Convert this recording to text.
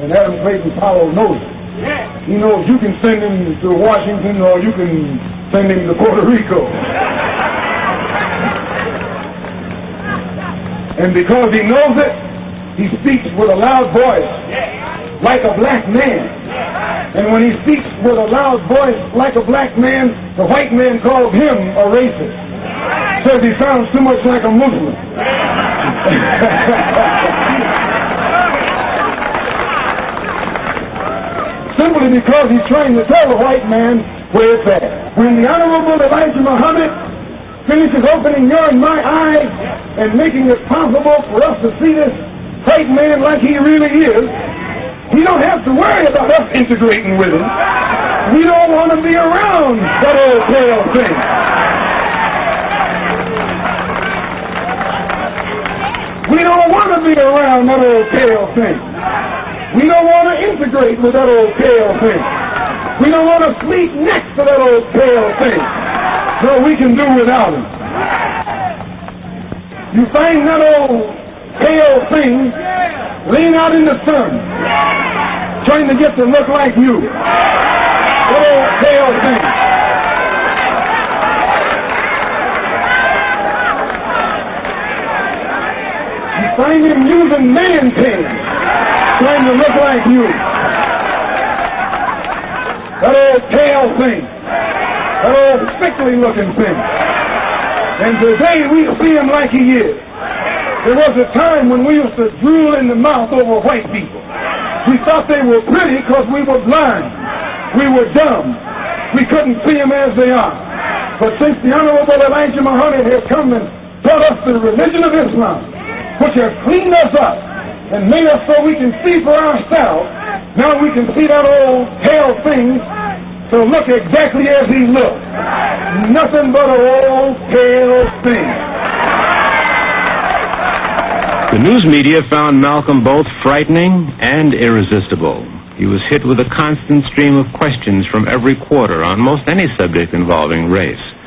And Adam Clayton Powell knows it. Yeah. He knows you can send him to Washington or you can send him to Puerto Rico. And because he knows it, he speaks with a loud voice like a black man. And when he speaks with a loud voice like a black man, the white man calls him a racist. Says he sounds too much like a Muslim. Simply because he's trying to tell the white man where it's at. When the Honorable Elijah Muhammad finishes opening your and my eyes and making it possible for us to see this white man like he really is, he don't have to worry about us integrating with him. We don't want to be around that old pale thing. We don't want to be around that old pale thing. We don't want to integrate with that old pale thing. We don't want to sleep next to that old pale thing. So we can do without him. You find that old pale thing laying out in the sun trying to get to look like you. That old pale thing. You find him using man pain, trying to look like you. That old pale thing. That old sickly looking thing. And today we see him like he is. There was a time when we used to drool in the mouth over white people. We thought they were pretty because we were blind. We were dumb. We couldn't see them as they are. But since the Honorable Elijah Muhammad has come and taught us the religion of Islam, which has cleaned us up and made us so we can see for ourselves, now we can see that old pale thing to look exactly as he looked. Nothing but an old pale thing. The news media found Malcolm both frightening and irresistible. He was hit with a constant stream of questions from every quarter on most any subject involving race.